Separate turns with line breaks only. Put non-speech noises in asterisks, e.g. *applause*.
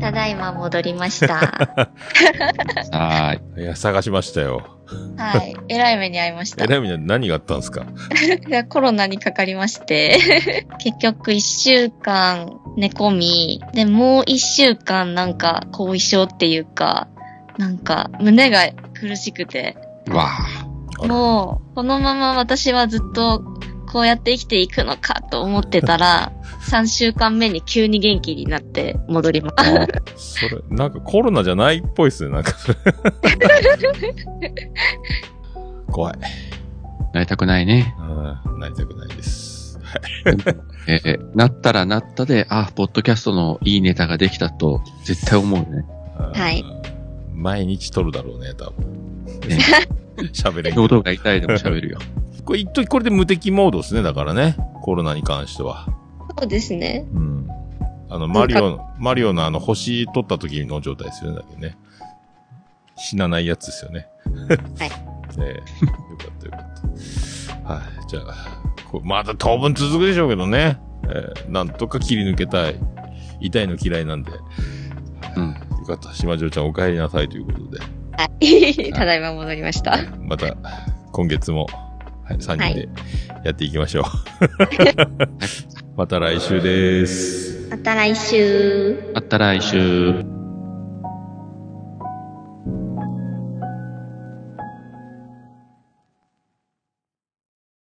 ただいま戻りました。
はい。
いや、探しましたよ。
はい。えらい目に遭いまし
え
た。
らいみんな何があったんですか
コロナにかかりまして、 *laughs* 結局一週間寝込み、で、もう一週間なんか後遺症っていうか、なんか胸が苦しくて、
わ
あら
もうこのまま私はずっとこうやって生きていくのかと思ってたら、3週間目に急に元気になって戻りま
あ。もう
それ、なんかコロナじゃないっぽいっすね、なんか。怖い。
なりたくないね。
うん、なりたくないです。はい。
ええなったらなったで、あ、ポッドキャストのいいネタができたと、絶対思うね。
はい
うん。毎日撮るだろうね、多分。
ね
喋れんけど
喉が痛いでも喋るよ。
これ一時これで無敵モードですね、だからね。コロナに関しては。
*laughs* そうですね。
うん。あの、マリオの、マリオのあの、星取った時の状態ですよね、だけどね。死なないやつですよね。
はい。
*laughs* ええよかったよかった。はい、じゃあ、こまだ当分続くでしょうけどね。ええなんとか切り抜けたい。痛いの嫌いなんで。
うん。
よかった。島城ちゃんお帰りなさいということで。
はい。 *laughs* ただいま戻りました。
また、今月も、はい、3人でやっていきましょう。また来週です。
また来週。
また来週。